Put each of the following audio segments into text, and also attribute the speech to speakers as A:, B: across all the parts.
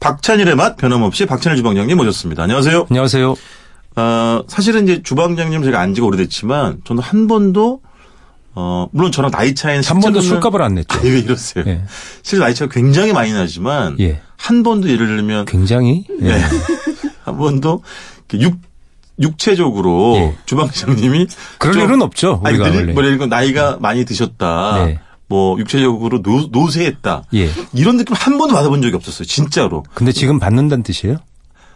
A: 박찬일의 맛 변함없이 박찬일 주방장님 모셨습니다. 안녕하세요.
B: 안녕하세요.
A: 어, 사실은 이제 주방장님 제가 안 지가 오래됐지만 저는 한 번도 어, 물론 저랑 나이 차이는
B: 한 번도
A: 실제로는-
B: 술값을 안 냈죠.
A: 아니 왜 이러세요?
B: 예.
A: 실제 나이 차이가 굉장히 많이 나지만
B: 예.
A: 한 번도 예를 들면
B: 굉장히 예.
A: 네. 한 번도 이렇게 육 육체적으로
B: 예.
A: 주방장님이
B: 그럴
A: 좀-
B: 일은 없죠.
A: 아니
B: 우리가
A: 늘
B: 원래.
A: 뭐이건 나이가 많이 드셨다.
B: 네.
A: 뭐 육체적으로 노, 노쇠했다.
B: 예.
A: 이런 느낌 한 번도 받아본 적이 없었어요. 진짜로.
B: 근데 지금 받는다는 뜻이에요?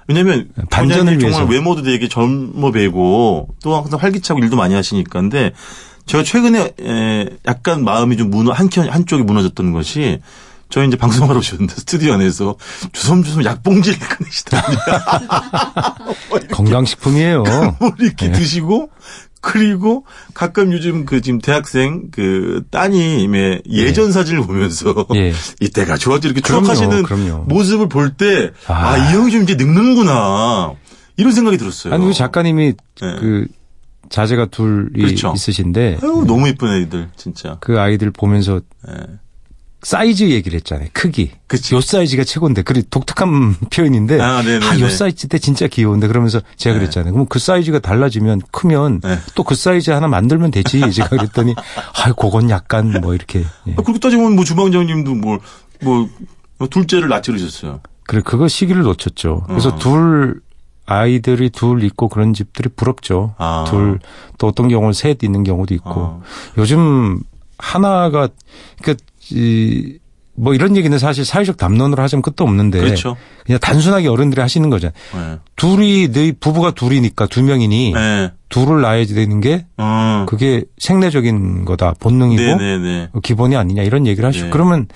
A: 왜냐면
B: 반전을
A: 원장님
B: 위해서.
A: 정말 외모도 되게 젊어 배고 또 항상 활기차고 일도 많이 하시니까 근데 제가 최근에 에, 약간 마음이 좀 무너 한켠 한쪽이 무너졌던 것이 저희 이제 방송하러 오셨는데 스튜디오 안에서 주섬주섬 약봉지를 꺼내시더니
B: 건강식품이에요.
A: 뭘 이렇게
B: 예.
A: 드시고 그리고 가끔 요즘 그 지금 대학생 그 따님의 예전 사진을 보면서
B: 예.
A: 이때가 좋았지 이렇게
B: 그럼요,
A: 추억하시는
B: 그럼이
A: 모습을 볼 때 아,
B: 아.
A: 이 형이 좀 이제 늙는구나. 이런 생각이 들었어요.
B: 아니 우리 작가님이
A: 예.
B: 그 자제가 둘이
A: 그렇죠.
B: 있으신데
A: 아유, 너무 예쁜 애들, 진짜.
B: 그 아이들 보면서
A: 예.
B: 사이즈 얘기를 했잖아요. 크기.
A: 그치.
B: 요 사이즈가 최고인데. 그리 독특한 표현인데.
A: 아, 네네네.
B: 요 사이즈 때 진짜 귀여운데. 그러면서 제가 그랬잖아요. 그럼 그 사이즈가 달라지면 크면
A: 네.
B: 또 그 사이즈 하나 만들면 되지. 제가 그랬더니 아, 그건 약간 뭐 이렇게. 예.
A: 아, 그렇게 따지면 뭐 주방장님도 뭘, 뭐, 뭐 둘째를 낳지르셨어요.
B: 그래 그거 시기를 놓쳤죠. 그래서
A: 어.
B: 둘 아이들이 둘 있고 그런 집들이 부럽죠.
A: 아.
B: 둘 또 어떤 경우는 셋 있는 경우도 있고
A: 어.
B: 요즘 하나가 그러니까 이, 뭐 이런 얘기는 사실 사회적 담론으로 하자면 끝도 없는데
A: 그렇죠.
B: 냥 단순하게 어른들이 하시는 거잖아요.
A: 예.
B: 둘이 네 부부가 둘이니까 두 명이니
A: 예.
B: 둘을 낳아야 되는 게
A: 어.
B: 그게 생리적인 거다 본능이고
A: 네네네.
B: 어, 기본이 아니냐 이런 얘기를 하시고
A: 네.
B: 그러면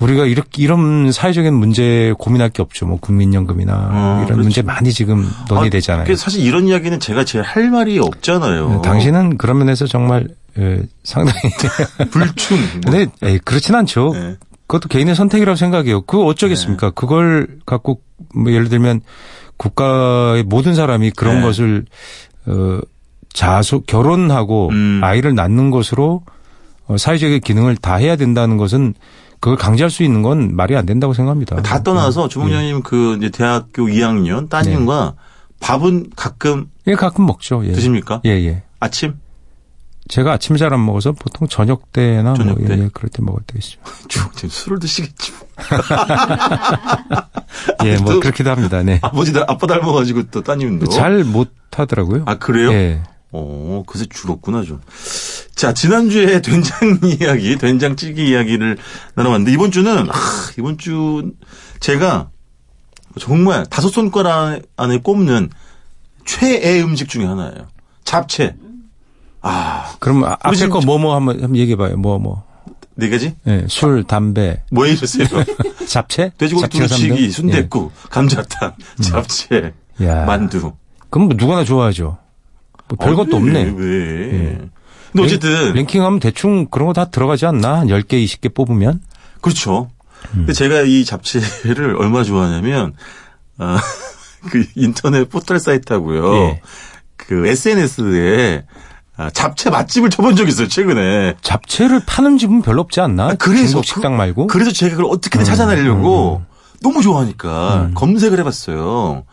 B: 우리가 이렇게 이런 사회적인 문제 고민할 게 없죠. 뭐 국민연금이나
A: 어,
B: 이런
A: 그렇죠.
B: 문제 많이 지금 논의되잖아요. 네,
A: 그래서 사실 이런 이야기는 제가 제일 할 말이 없잖아요.
B: 당신은 그런 면에서 정말 에, 상당히
A: 불충. 뭐.
B: 근데 뭐 에이, 그렇진 않죠.
A: 예.
B: 그것도 개인의 선택이라고 생각해요. 그거
A: 네.
B: 어쩌겠습니까? 그걸 갖고 뭐 예를 들면 국가의 모든 사람이 그런
A: 네.
B: 것을 어 자소 결혼하고
A: 음.
B: 아이를 낳는 것으로 어, 사회적인 기능을 다 해야 된다는 것은 그걸 강제할 수 있는 건 말이 안 된다고 생각합니다.
A: 다
B: 음,
A: 떠나서
B: 예.
A: 주방장님 그 이제 대학교 2학년 따님과 밥은 가끔
B: 예, 가끔 먹죠. 네. 예.
A: 드십니까?
B: 예, 예.
A: 아침?
B: 제가 아침 잘 안 먹어서 보통 저녁 때나
A: 저녁
B: 뭐
A: 때?
B: 예, 예, 그럴 때 먹을 때 있죠.
A: 주방장님 술을 드시겠지.
B: 예, 뭐
A: 아, 또-
B: 그렇기도 합니다. 네.
A: 아버지, 닮- 아빠 닮아가지고 또 따님도.
B: 잘 못 하더라고요.
A: 아, 그래요?
B: 예.
A: 어, 그새 줄었구나, 좀. 자, 지난주에 된장 이야기, 된장찌개 이야기를 나눠봤는데, 이번 주는, 아, 이번 주, 제가 정말 다섯 손가락 안에 꼽는 최애 음식 중에 하나예요. 잡채. 아,
B: 그럼 아- 앞에
A: 요즘
B: 거 뭐 뭐 한번, 한번 얘기해 봐요. 뭐 뭐.
A: 네 가지?
B: 예, 술, 담배,
A: 뭐 해주세요?
B: 잡채,
A: 돼지고기
B: 잡채
A: 두루치기,
B: 삼등?
A: 순대국, 감자탕, 잡채,
B: 예. 야,
A: 만두.
B: 그럼 뭐 누구나 좋아하죠. 뭐 별것도
A: 아, 왜,
B: 없네.
A: 왜.
B: 예.
A: 근데 어쨌든.
B: 랭킹하면 대충 그런 거 다 들어가지 않나? 한 10개, 20개 뽑으면?
A: 그렇죠. 근데
B: 음.
A: 제가 이 잡채를 얼마나 좋아하냐면, 아, 그 인터넷 포털 사이트하고요.
B: 예.
A: 그 SNS에 아, 잡채 맛집을 쳐본 적이 있어요, 최근에.
B: 잡채를 파는 집은 별로 없지 않나?
A: 아, 그래서
B: 중국
A: 그-
B: 식당 말고?
A: 그래서 제가 그걸
B: 음.
A: 어떻게든 찾아내려고 너무 좋아하니까 검색을 해봤어요.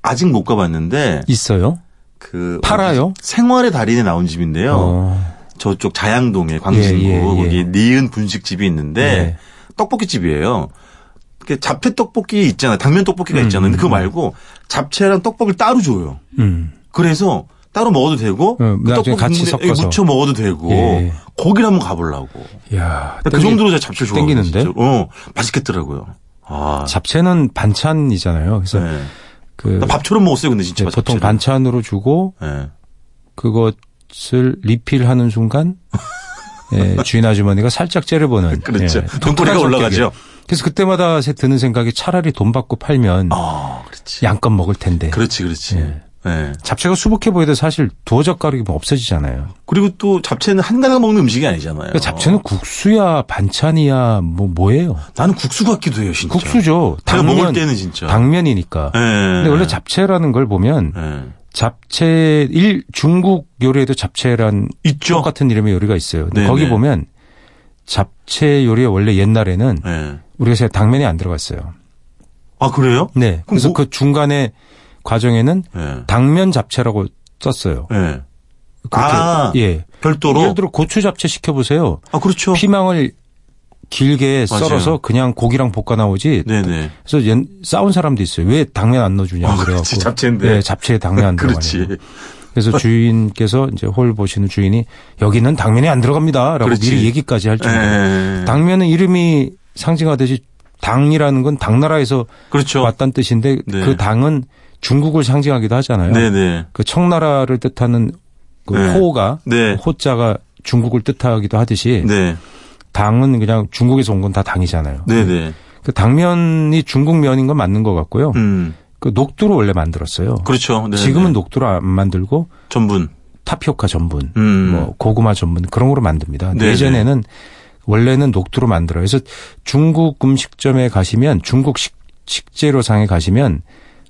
A: 아직 못 가봤는데,
B: 있어요?
A: 그.
B: 팔아요?
A: 어디 생활의 달인에 나온 집인데요.
B: 어.
A: 저쪽 자양동에 광진구
B: 예, 예, 예.
A: 거기 니은 분식집이 있는데
B: 예.
A: 떡볶이 집이에요. 그 잡채 떡볶이 있잖아요. 당면 떡볶이가 있잖아요. 근데 그거 말고 잡채랑 떡볶이를 따로 줘요.
B: 음.
A: 그래서 따로 먹어도 되고
B: 응,
A: 그
B: 음, 나중에
A: 떡볶이
B: 같이
A: 국물에
B: 섞어서.
A: 무쳐 먹어도 되고
B: 예.
A: 거기를 한번 가보려고.
B: 야,
A: 그 정도로 제가 잡채 좋아해요.
B: 땡기는데?
A: 어, 맛있겠더라고요. 아,
B: 잡채는 반찬이잖아요. 그래서
A: 네.
B: 그
A: 나 밥처럼 먹었어요. 근데 진짜
B: 네, 보통
A: 잡채를.
B: 반찬으로 음. 주고
A: 예.
B: 그것을 리필하는 순간 예, 주인 아주머니가 살짝 째려보는
A: 그렇죠.
B: 예,
A: 돈꼬리가
B: 독특한
A: 올라가죠.
B: 성격이에요. 그래서 그때마다 새 드는 생각이 차라리 돈 받고 팔면
A: 아, 그렇지.
B: 양껏 먹을 텐데
A: 그렇지, 그렇지.
B: 예.
A: 예.
B: 잡채가 수북해 보이도 사실 두어 젓가락이 면 없어지잖아요.
A: 그리고 또 잡채는 한 가닥 먹는 음식이 아니잖아요.
B: 그러니까 잡채는 국수야 반찬이야 뭐 뭐예요?
A: 나는 국수 같기도 해요, 진짜.
B: 국수죠.
A: 그렇죠. 제가
B: 당면
A: 먹을 때는 그렇죠. 진짜.
B: 당면이니까.
A: 예.
B: 근데 원래 잡채라는 걸 보면
A: 예.
B: 잡채 일 중국 요리에도 잡채란
A: 있죠.
B: 똑같은 이름의 요리가 있어요. 근데
A: 네네.
B: 거기 보면 잡채 요리에 원래 옛날에는
A: 예.
B: 우리가 새 당면이 안 들어갔어요.
A: 아 그래요?
B: 네. 그래서
A: 뭐-
B: 그 중간에 과정에는
A: 예.
B: 당면 잡채라고 썼어요.
A: 예.
B: 그렇게
A: 아.
B: 예.
A: 별도로.
B: 예를 들어 고추 잡채 시켜 보세요.
A: 아 그렇죠.
B: 피망을 길게
A: 맞아요.
B: 썰어서 그냥 고기랑 볶아 나오지.
A: 네네.
B: 그래서 연, 싸운 사람도 있어요. 왜 당면 안 넣어주냐
A: 아,
B: 고 그래갖고.
A: 그렇지. 잡채인데.
B: 네, 잡채에 당면 안 들어가요. 뭐.
A: 그렇지.
B: 그래서 주인께서 이제 홀 보시는 주인이 여기는 당면이 안 들어갑니다라고
A: 그렇지.
B: 미리 얘기까지 할 정도. 로
A: 예.
B: 당면은 이름이 상징하듯이 당이라는 건 당나라에서
A: 그렇죠.
B: 왔다는 뜻인데
A: 네.
B: 그 당은 중국을 상징하기도 하잖아요.
A: 네네.
B: 그 청나라를 뜻하는 그
A: 네.
B: 호가
A: 네.
B: 호자가 중국을 뜻하기도 하듯이
A: 네.
B: 당은 그냥 중국에서 온 건 다 당이잖아요.
A: 네네.
B: 그 당면이 중국 면인 건 맞는 것 같고요.
A: 음.
B: 그 녹두로 원래 만들었어요.
A: 그렇죠. 네네.
B: 지금은 녹두로 안 만들고
A: 전분.
B: 타피오카 전분,
A: 음.
B: 뭐 고구마 전분 그런 거로 만듭니다. 근데
A: 네네.
B: 예전에는 원래는 녹두로 만들어요. 그래서 중국 음식점에 가시면 중국 식, 식재료상에 가시면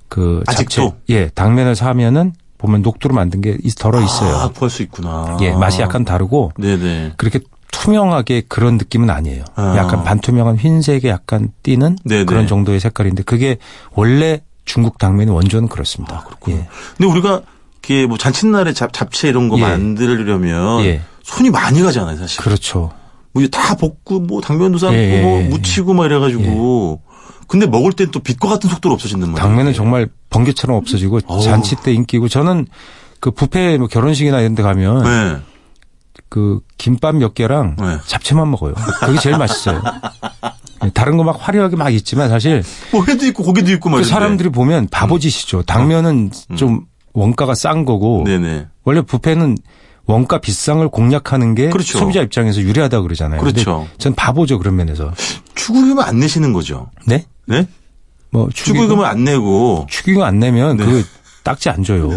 B: 그
A: 아직도?
B: 잡채, 예, 당면을 사면은 보면 녹두로 만든 게 있- 덜어 있어요.
A: 아, 구할 수 있구나.
B: 예, 맛이 약간 다르고
A: 네네.
B: 그렇게 투명하게 그런 느낌은 아니에요.
A: 아.
B: 약간 반투명한 흰색에 약간 띄는
A: 네네.
B: 그런 정도의 색깔인데 그게 원래 중국 당면의 원조는
A: 아,
B: 그렇습니다. 예.
A: 근데 우리가 이게 뭐 잔칫날에 잡, 잡채 이런 거
B: 예.
A: 만들려면
B: 예.
A: 손이 많이 가잖아요, 사실.
B: 그렇죠.
A: 뭐다 볶고 뭐 당면도 삶고
B: 예, 예,
A: 뭐
B: 예.
A: 무치고 막 이래가지고. 근데 먹을 땐 또 빛과 같은 속도로 없어진단 뭐 말이에요.
B: 당면은 정말 번개처럼 없어지고
A: 어우.
B: 잔치 때 인기고 저는 그 부페 뭐 결혼식이나 이런 데 가면
A: 네.
B: 그 김밥 몇 개랑
A: 네.
B: 잡채만 먹어요. 그게 제일 맛있어요. 예, 다른 거 막 화려하게 막 있지만 사실
A: 뭐 회도 있고 고기도 있고 막
B: 그
A: 이런데.
B: 사람들이 보면 바보짓이죠. 당면은 좀 원가가 싼 거고
A: 음. 네네.
B: 원래 부페는 원가 비싼 걸 공략하는 게
A: 그렇죠.
B: 소비자 입장에서 유리하다 그러잖아요. 근데
A: 그렇죠.
B: 전 바보죠 그런 면에서.
A: 추구금을 안 내시는 거죠.
B: 네?
A: 네?
B: 뭐
A: 추구금을
B: 축의금
A: 안 내고.
B: 축의금 안 내면
A: 네.
B: 그 딱지 안 줘요.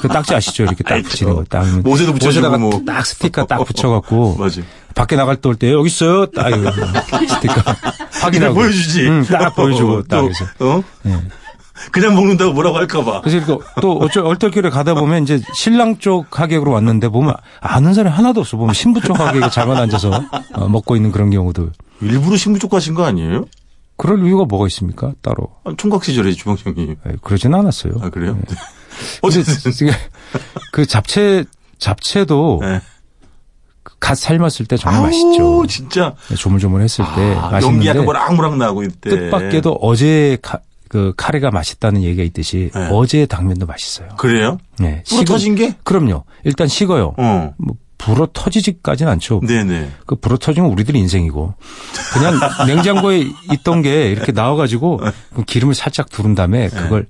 B: 그 딱지 아시죠? 이렇게 딱 붙이는 거. 딱 하면
A: 모세도 붙여주고
B: 옷에다가
A: 뭐.
B: 딱 스티커 딱 붙여갖고
A: 맞아.
B: 밖에 나갈 때 올 때 여기 있어요. 딱 이거 스티커 확인하고
A: 보여주지.
B: 응, 딱 보여주고
A: 어,
B: 딱
A: 또,
B: 그래서. 예.
A: 어? 그냥 먹는다고 뭐라고 할까봐.
B: 그래서 이거 또 어쩔 얼떨결에 가다 보면 이제 신랑 쪽 가격으로 왔는데 보면 아는 사람이 하나도 없어 보면 신부 쪽 가격에 잘만 앉아서 어, 먹고 있는 그런 경우도
A: 일부러 신부 쪽 가신 거 아니에요?
B: 그럴 이유가 뭐가 있습니까? 따로.
A: 아, 총각 시절에 주방장님.
B: 에, 그러진 않았어요.
A: 아, 그래요?
B: 예.
A: 네.
B: 근데
A: 어쨌든.
B: 지금 그 잡채, 잡채도
A: 네.
B: 갓 삶았을 때 정말
A: 아우,
B: 맛있죠. 네,
A: 진짜.
B: 조물조물했을 때
A: 아, 연기 약간
B: 맛있는데
A: 모락모락 나고 네. 이때.
B: 뜻밖에도 어제 가, 그 카레가 맛있다는 얘기가 있듯이
A: 네.
B: 어제 당면도 맛있어요.
A: 그래요?
B: 네,
A: 뿌러 터진 게?
B: 그럼요. 일단 식어요.
A: 어.
B: 뭐 불어 터지지까지는 않죠.
A: 네네.
B: 그 불어 터지면 우리들 인생이고 그냥 냉장고에 있던 게 이렇게 나와가지고
A: 네.
B: 그 기름을 살짝 두른 다음에 그걸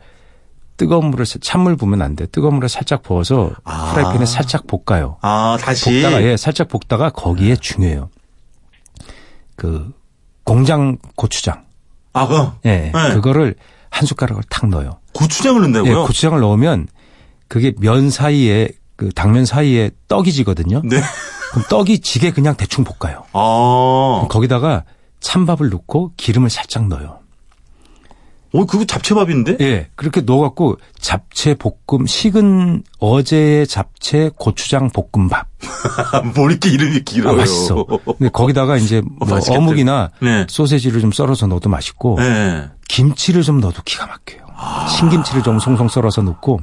B: 뜨거운 물을 사- 찬물 부으면 안 돼. 뜨거운 물을 살짝 부어서
A: 아.
B: 프라이팬에 살짝 볶아요.
A: 아, 다시. 네.
B: 볶다가 예, 살짝 볶다가 거기에 중요해요. 그 공장 고추장,
A: 아, 그
B: 예,
A: 네.
B: 그거를 한 숟가락을 탁 넣어요.
A: 고추장을
B: 예,
A: 넣는다고요?
B: 고추장을 넣으면 그게 면 사이에 그 당면 사이에 떡이 지거든요.
A: 네.
B: 그럼 떡이 지게 그냥 대충 볶아요.
A: 아.
B: 거기다가 찬밥을 넣고 기름을 살짝 넣어요.
A: 오, 그거 잡채밥인데?
B: 예, 그렇게 넣어갖고 잡채 볶음, 식은 어제의 잡채 고추장 볶음밥.
A: 뭘 이렇게 이름이
B: 아,
A: 길어요.
B: 맛있어. 근데 거기다가 이제
A: 어,
B: 뭐
A: 맛있겠다.
B: 어묵이나
A: 네.
B: 소세지를 좀 썰어서 넣어도 맛있고
A: 예.
B: 김치를 좀 넣어도 기가 막혀요.
A: 아.
B: 신김치를 좀 송송 썰어서 넣고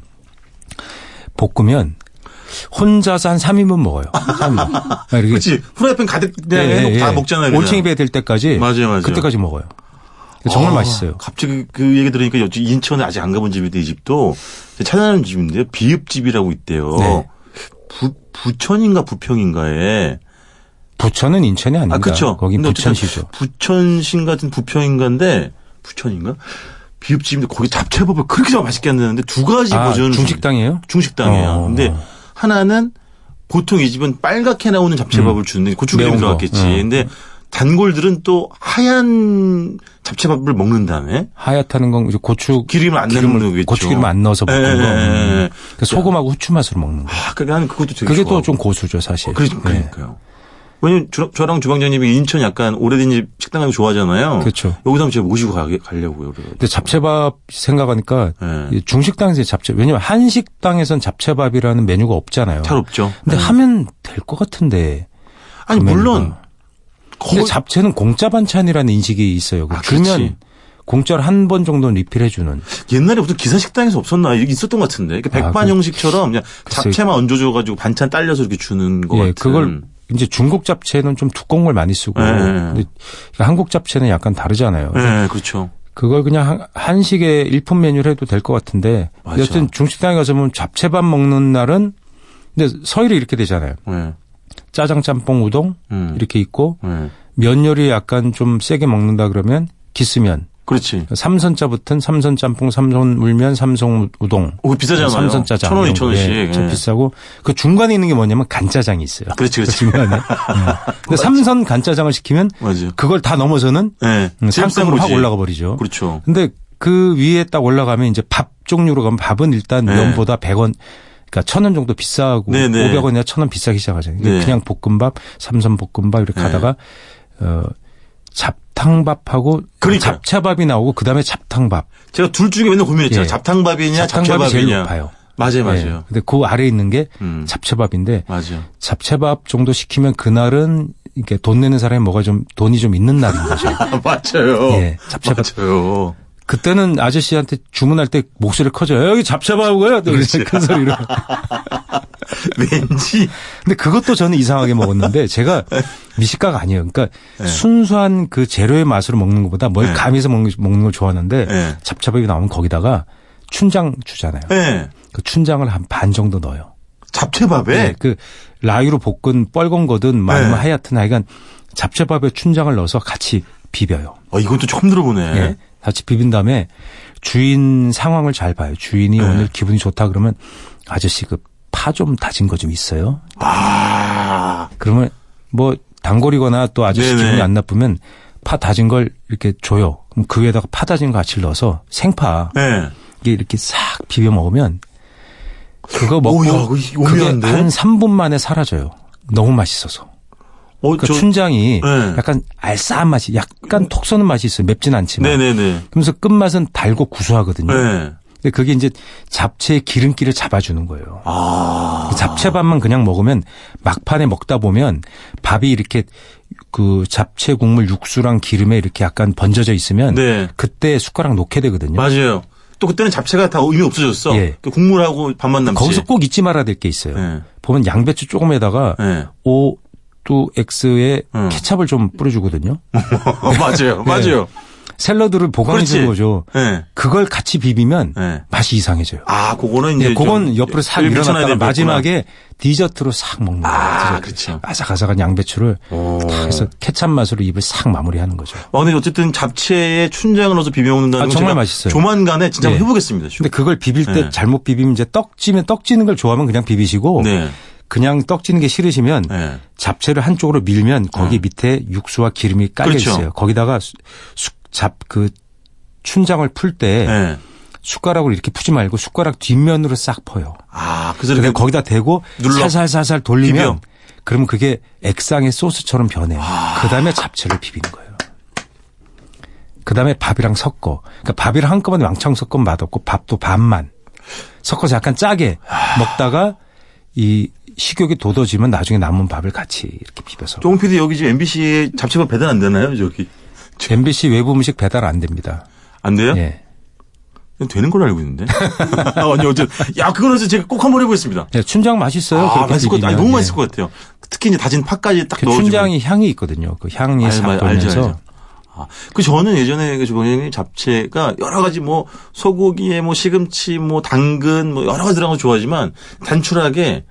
B: 볶으면 혼자서 한 3인분 먹어요. 3인분. 아, 이렇게 예,
A: 그렇지. 후라이팬 가득 그냥 해놓고 네, 다 먹잖아요. 그냥.
B: 올챙이 배 될 때까지
A: 맞아요, 맞아요.
B: 그때까지 먹어요. 정말
A: 아,
B: 맛있어요.
A: 갑자기 그 얘기 들으니까 여기 인천에 아직 안 가본 집인데 이 집도 제가 찾아낸 집인데요. 비읍집이라고 있대요.
B: 네.
A: 부, 부천인가 부평인가에
B: 부천은 인천이 아닙니다.
A: 아 그렇죠.
B: 거긴
A: 근데 어쨌든
B: 부천시죠.
A: 부천신 같은 부평인가인데 부천인가 비읍집인데 거기 잡채밥을 그렇게 잘 맛있게 안 되는데 두 가지
B: 아,
A: 버전
B: 중식당이에요?
A: 중식당이에요.
B: 어.
A: 근데 하나는 보통 이 집은 빨갛게 나오는 잡채밥을 주는데 고추기름
B: 음. 매운 거.
A: 들어갔겠지.
B: 어.
A: 근데 단골들은 또 하얀 잡채밥을 먹는 다음에
B: 하얗다는 건 이제 고추
A: 기름을 안
B: 기름을-
A: 넣는 거겠죠.
B: 고추기름 안 넣어서 볶은
A: 예,
B: 거.
A: 예, 예, 예.
B: 음. 그 소금하고 후추 맛으로 먹는 거.
A: 아, 그게 난 그것도 되게
B: 그게
A: 좋아하고. 어,
B: 또 좀 고수죠, 사실.
A: 그러,
B: 예.
A: 그러니까요. 왜냐면 주- 저랑 주방장님이 인천 약간 오래된 집 식당 가는 거 좋아하잖아요.
B: 그렇죠.
A: 여기서 한번 제가 모시고 가, 가려고요. 그래요.
B: 근데 잡채밥 생각하니까
A: 예.
B: 이 중식당에서 잡채 왜냐면 한식당에선 잡채밥이라는 메뉴가 없잖아요.
A: 잘 없죠.
B: 근데 하면 될 것 같은데.
A: 아니,
B: 그
A: 물론.
B: 메뉴가.
A: 거의
B: 근데 잡채는 공짜 반찬이라는 인식이 있어요. 그
A: 아,
B: 주면
A: 그렇지.
B: 공짜로 한 번 정도는 리필해 주는
A: 옛날에 무슨 기사 식당에서 없었나? 이게 있었던 것 같은데. 이렇게
B: 아,
A: 백반
B: 그-
A: 형식처럼 그냥
B: 글쎄-
A: 잡채만 얹어줘가지고 반찬 딸려서 이렇게 주는 것
B: 예,
A: 같은.
B: 그걸 이제 중국 잡채는 좀 두꺼운 걸 많이 쓰고
A: 예, 예, 예.
B: 근데 한국 잡채는 약간 다르잖아요.
A: 예, 그렇죠.
B: 그걸 그냥 한- 한식의 일품 메뉴를 해도 될 것 같은데
A: 맞아.
B: 여튼 중식당에 가서 보면 잡채밥 먹는 날은 근데 서일이 이렇게 되잖아요.
A: 예.
B: 짜장 짬뽕 우동
A: 음.
B: 이렇게 있고
A: 예.
B: 면 요리 약간 좀 세게 먹는다 그러면 기스면
A: 그렇지.
B: 삼선짜 붙은 삼선 짬뽕 삼선 물면 삼선 우동
A: 오, 그 비싸잖아요.
B: 삼선 짜장
A: 천 원,
B: 이런
A: 이천
B: 거.
A: 원씩.
B: 예, 참
A: 예.
B: 비싸고 그 중간에 있는 게 뭐냐면 간짜장이 있어요.
A: 그렇지,
B: 그
A: 그렇지.
B: 중간에. 예. 근데 삼선 간짜장을 시키면
A: 맞아요.
B: 그걸 다 넘어서는
A: 예.
B: 음,
A: 제일 비싼
B: 상급으로 확
A: 거지.
B: 올라가 버리죠.
A: 그렇죠.
B: 근데 그 위에 딱 올라가면 이제 밥 종류로 가면 밥은 일단
A: 네.
B: 면보다 100원 그러니까 1000원 정도 비싸고
A: 네, 네.
B: 500원이나 1000원 비싸기 시작하잖아요. 이게
A: 네.
B: 그냥 볶음밥, 삼선 볶음밥 이렇게
A: 네.
B: 가다가 어 잡탕밥하고
A: 그러니까요.
B: 잡채밥이 나오고 그다음에 잡탕밥.
A: 제가 둘 중에 맨날 고민했잖아요.
B: 예.
A: 잡탕밥이냐,
B: 잡탕밥이
A: 잡채밥이냐. 네,
B: 제일 높아요.
A: 맞아요,
B: 예.
A: 맞아요.
B: 근데 그 아래에 있는 게
A: 음.
B: 잡채밥인데
A: 맞아요.
B: 잡채밥 정도 시키면 그날은 이렇게 돈 내는 사람이 뭐가 좀 돈이 좀 있는 날인 거죠.
A: 아, 맞아요.
B: 예, 잡채밥.
A: 맞아요.
B: 그때는 아저씨한테 주문할 때 목소리 커져요. 여기 잡채밥이고요.
A: 그렇죠.
B: 큰 소리로.
A: 왠지.
B: 근데 그것도 저는 이상하게 먹었는데 제가
A: 네.
B: 미식가가 아니에요. 그러니까 순수한 그 재료의 맛으로 먹는 것보다 뭘
A: 네.
B: 감해서 먹는, 먹는 걸 좋아하는데
A: 네.
B: 잡채밥이 나오면 거기다가 춘장 주잖아요.
A: 예.
B: 그 춘장을 한 반 정도 넣어요.
A: 잡채밥에.
B: 네, 그 라유로 볶은 뻘건 거든 뭐 아니면
A: 네.
B: 하얗든 하여간 잡채밥에 춘장을 넣어서 같이 비벼요.
A: 어, 이건 또 처음 들어보네.
B: 예. 같이 비빈 다음에 주인 상황을 잘 봐요.
A: 네.
B: 주인이 오늘 기분이 좋다 그러면 아저씨 그 파 좀 다진 거 좀 있어요?
A: 아.
B: 그러면 뭐 단골이거나 또 아저씨
A: 네네.
B: 기분이 안 나쁘면 파 다진 걸 이렇게 줘요. 그럼 그 위에다가 파 다진 거 같이 넣어서 생파
A: 예.
B: 이게 이렇게 싹 비벼 먹으면 그거 먹고
A: 오, 야, 그거 이-
B: 그게
A: 오묘한데?
B: 한 3분 만에 사라져요. 너무 맛있어서.
A: 어,
B: 그
A: 저.
B: 춘장이
A: 네.
B: 약간 알싸한 맛이 약간 톡 쏘는 맛이 있어요. 맵진 않지만.
A: 네네네.
B: 그러면서 끝맛은 달고 구수하거든요.
A: 예.
B: 근데 그게 이제 잡채의 기름기를 잡아주는 거예요.
A: 아.
B: 그 잡채밥만 그냥 먹으면 막판에 먹다 보면 밥이 이렇게 그 잡채 국물 육수랑 기름에 이렇게 약간 번져져 있으면
A: 네.
B: 그때 숟가락 놓게 되거든요.
A: 맞아요. 또 그때는 잡채가 다 의미 없어졌어.
B: 예.
A: 그 국물하고 밥만 남지.
B: 거기서 꼭 잊지 말아야 될 게 있어요.
A: 예.
B: 보면 양배추 조금에다가
A: 예.
B: O 또 X에
A: 음.
B: 케찹을 좀 뿌려주거든요.
A: 어, 맞아요. 맞아요.
B: 샐러드를 예. 보관해주는
A: 그렇지.
B: 거죠.
A: 예.
B: 그걸 같이 비비면
A: 네.
B: 맛이 이상해져요.
A: 아, 그거는 이제.
B: 예, 그건
A: 좀
B: 옆으로 싹
A: 밀쳐놔야
B: 밀어놨다가
A: 되겠구나.
B: 마지막에 디저트로 싹 먹는 거예요.
A: 아,
B: 디저트.
A: 그렇죠.
B: 아삭아삭한 양배추를
A: 오.
B: 탁 해서 케찹 맛으로 입을 싹 마무리하는 거죠.
A: 아, 근데 어쨌든 잡채에 춘장을 넣어서 비벼 먹는다는
B: 아,
A: 건
B: 정말
A: 제가
B: 맛있어요.
A: 조만간에 진짜
B: 네.
A: 한번 해보겠습니다.
B: 근데 그걸 비빌 때
A: 네.
B: 잘못 비비면 이제 떡지면 떡지는 걸 좋아하면 그냥 비비시고
A: 네.
B: 그냥 떡지는 게 싫으시면
A: 네.
B: 잡채를 한쪽으로 밀면 거기 밑에 육수와 기름이 깔려
A: 그렇죠.
B: 있어요. 거기다가 수- 숙- 잡 그 춘장을 풀 때
A: 네.
B: 숟가락으로 이렇게 푸지 말고 숟가락 뒷면으로 싹 퍼요.
A: 아, 그래서
B: 그러니까 그냥
A: 이렇게.
B: 거기다 대고
A: 눌러.
B: 살살살살 돌리면
A: 비벼. 아.
B: 그러면 그게 액상의 소스처럼 변해요. 그다음에 잡채를 비비는 거예요. 그다음에 밥이랑 섞어. 그러니까 밥이랑 한꺼번에 왕창 섞으면 맛없고 밥도 반만 섞어서 약간 짜게
A: 아.
B: 먹다가 이 식욕이 돋아지면 나중에 남은 밥을 같이 이렇게 비벼서
A: 종 PD 여기 지금 MBC에 잡채밥 배달 안 되나요? 저기.
B: MBC 외부 음식 배달 안 됩니다.
A: 안 돼요?
B: 예.
A: 되는 걸 알고 있는데. 아니, 어쨌든. 야, 그거는 제가 꼭 한번 해보겠습니다.
B: 예, 춘장 맛있어요.
A: 아,
B: 그렇게
A: 맛있을 것 같아요. 아니, 너무
B: 비비면.
A: 맛있을
B: 예.
A: 것 같아요. 특히 이제 다진 파까지 딱
B: 그
A: 넣어주고.
B: 춘장이 향이 있거든요. 그 향이
A: 알-
B: 싹
A: 알-
B: 돌면서
A: 아, 그 저는 예전에 그 주방장님 잡채가 여러 가지 뭐 소고기에 뭐 시금치 뭐 당근 뭐 여러 가지 들어간 거 좋아하지만 단출하게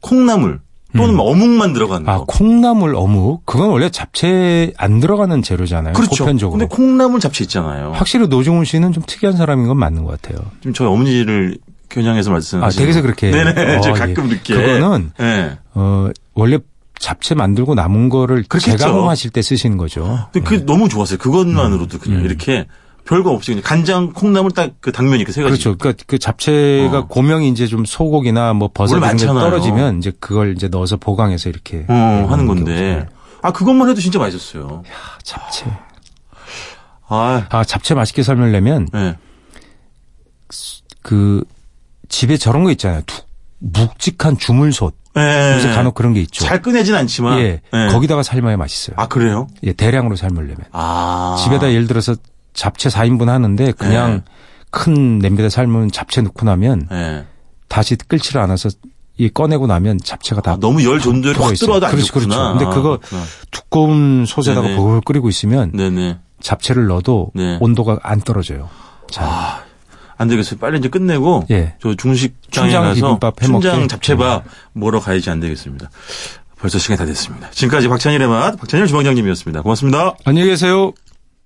A: 콩나물 또는 뭐 어묵만 들어간
B: 음. 아,
A: 거.
B: 콩나물 어묵? 그건 원래 잡채 안 들어가는 재료잖아요.
A: 그렇죠.
B: 네, 보편적으로.
A: 근데 그- 콩나물 잡채 있잖아요.
B: 확실히 노중훈 씨는 좀 특이한 사람인 건 맞는 것 같아요.
A: 지금 저희 어머니를 겨냥해서 말씀하시는
B: 아, 댁에서 그렇게.
A: 네네.
B: 어,
A: 제가
B: 예.
A: 가끔 이렇게.
B: 그거는,
A: 예.
B: 어, 원래 잡채 만들고 남은 거를
A: 그렇겠죠.
B: 재가공하실 때 쓰시는 거죠.
A: 근데 그게 너무 좋았어요. 그것만으로도
B: 음.
A: 그냥 이렇게 별거 없이 그냥 간장, 콩나물 딱 그 당면 이렇게 세 가지.
B: 그렇죠. 그러니까 그 잡채가
A: 어.
B: 고명이 이제 좀 소고기나 뭐 버섯
A: 물
B: 이런 게
A: 많잖아요.
B: 떨어지면 이제 그걸 이제 넣어서 보강해서 이렇게 예,
A: 어, 하는
B: 하는 게
A: 건데.
B: 없잖아요.
A: 아, 그것만 해도 진짜 맛있었어요.
B: 아, 잡채.
A: 아,
B: 아, 잡채 맛있게 삶으려면
A: 예.
B: 그 집에 저런 거 있잖아요. 두- 묵직한 주물솥.
A: 예.
B: 요새 간혹 그런 게 있죠.
A: 잘 꺼내진 않지만.
B: 예.
A: 예.
B: 거기다가 삶아야 맛있어요.
A: 아, 그래요?
B: 예, 대량으로 삶으려면.
A: 아.
B: 집에다 예를 들어서 잡채 4인분 하는데 그냥 큰 냄비에 삶은 잡채 넣고 나면
A: 예.
B: 다시 끓지를 않아서 이 꺼내고 나면 잡채가 다
A: 아, 너무 열 전도율이 확
B: 들어가 있어요.
A: 들어와도 안
B: 그렇죠, 그렇죠.
A: 좋구나.
B: 근데
A: 아,
B: 그거-
A: 그렇구나.
B: 두꺼운 솥에다가
A: 네네.
B: 보글 끓이고 있으면
A: 네네.
B: 잡채를 넣어도
A: 네.
B: 온도가 안 떨어져요. 자,
A: 아, 안 되겠어요. 빨리 이제 끝내고
B: 예.
A: 저 중식장에
B: 춘장
A: 가서
B: 비빔밥 해
A: 춘장
B: 먹게. 음.
A: 잡채밥 먹으러 가야지 안 되겠습니다. 벌써 시간이 다 됐습니다. 지금까지 박찬일의 맛 박찬일 주방장님이었습니다. 고맙습니다.
B: 안녕히 계세요.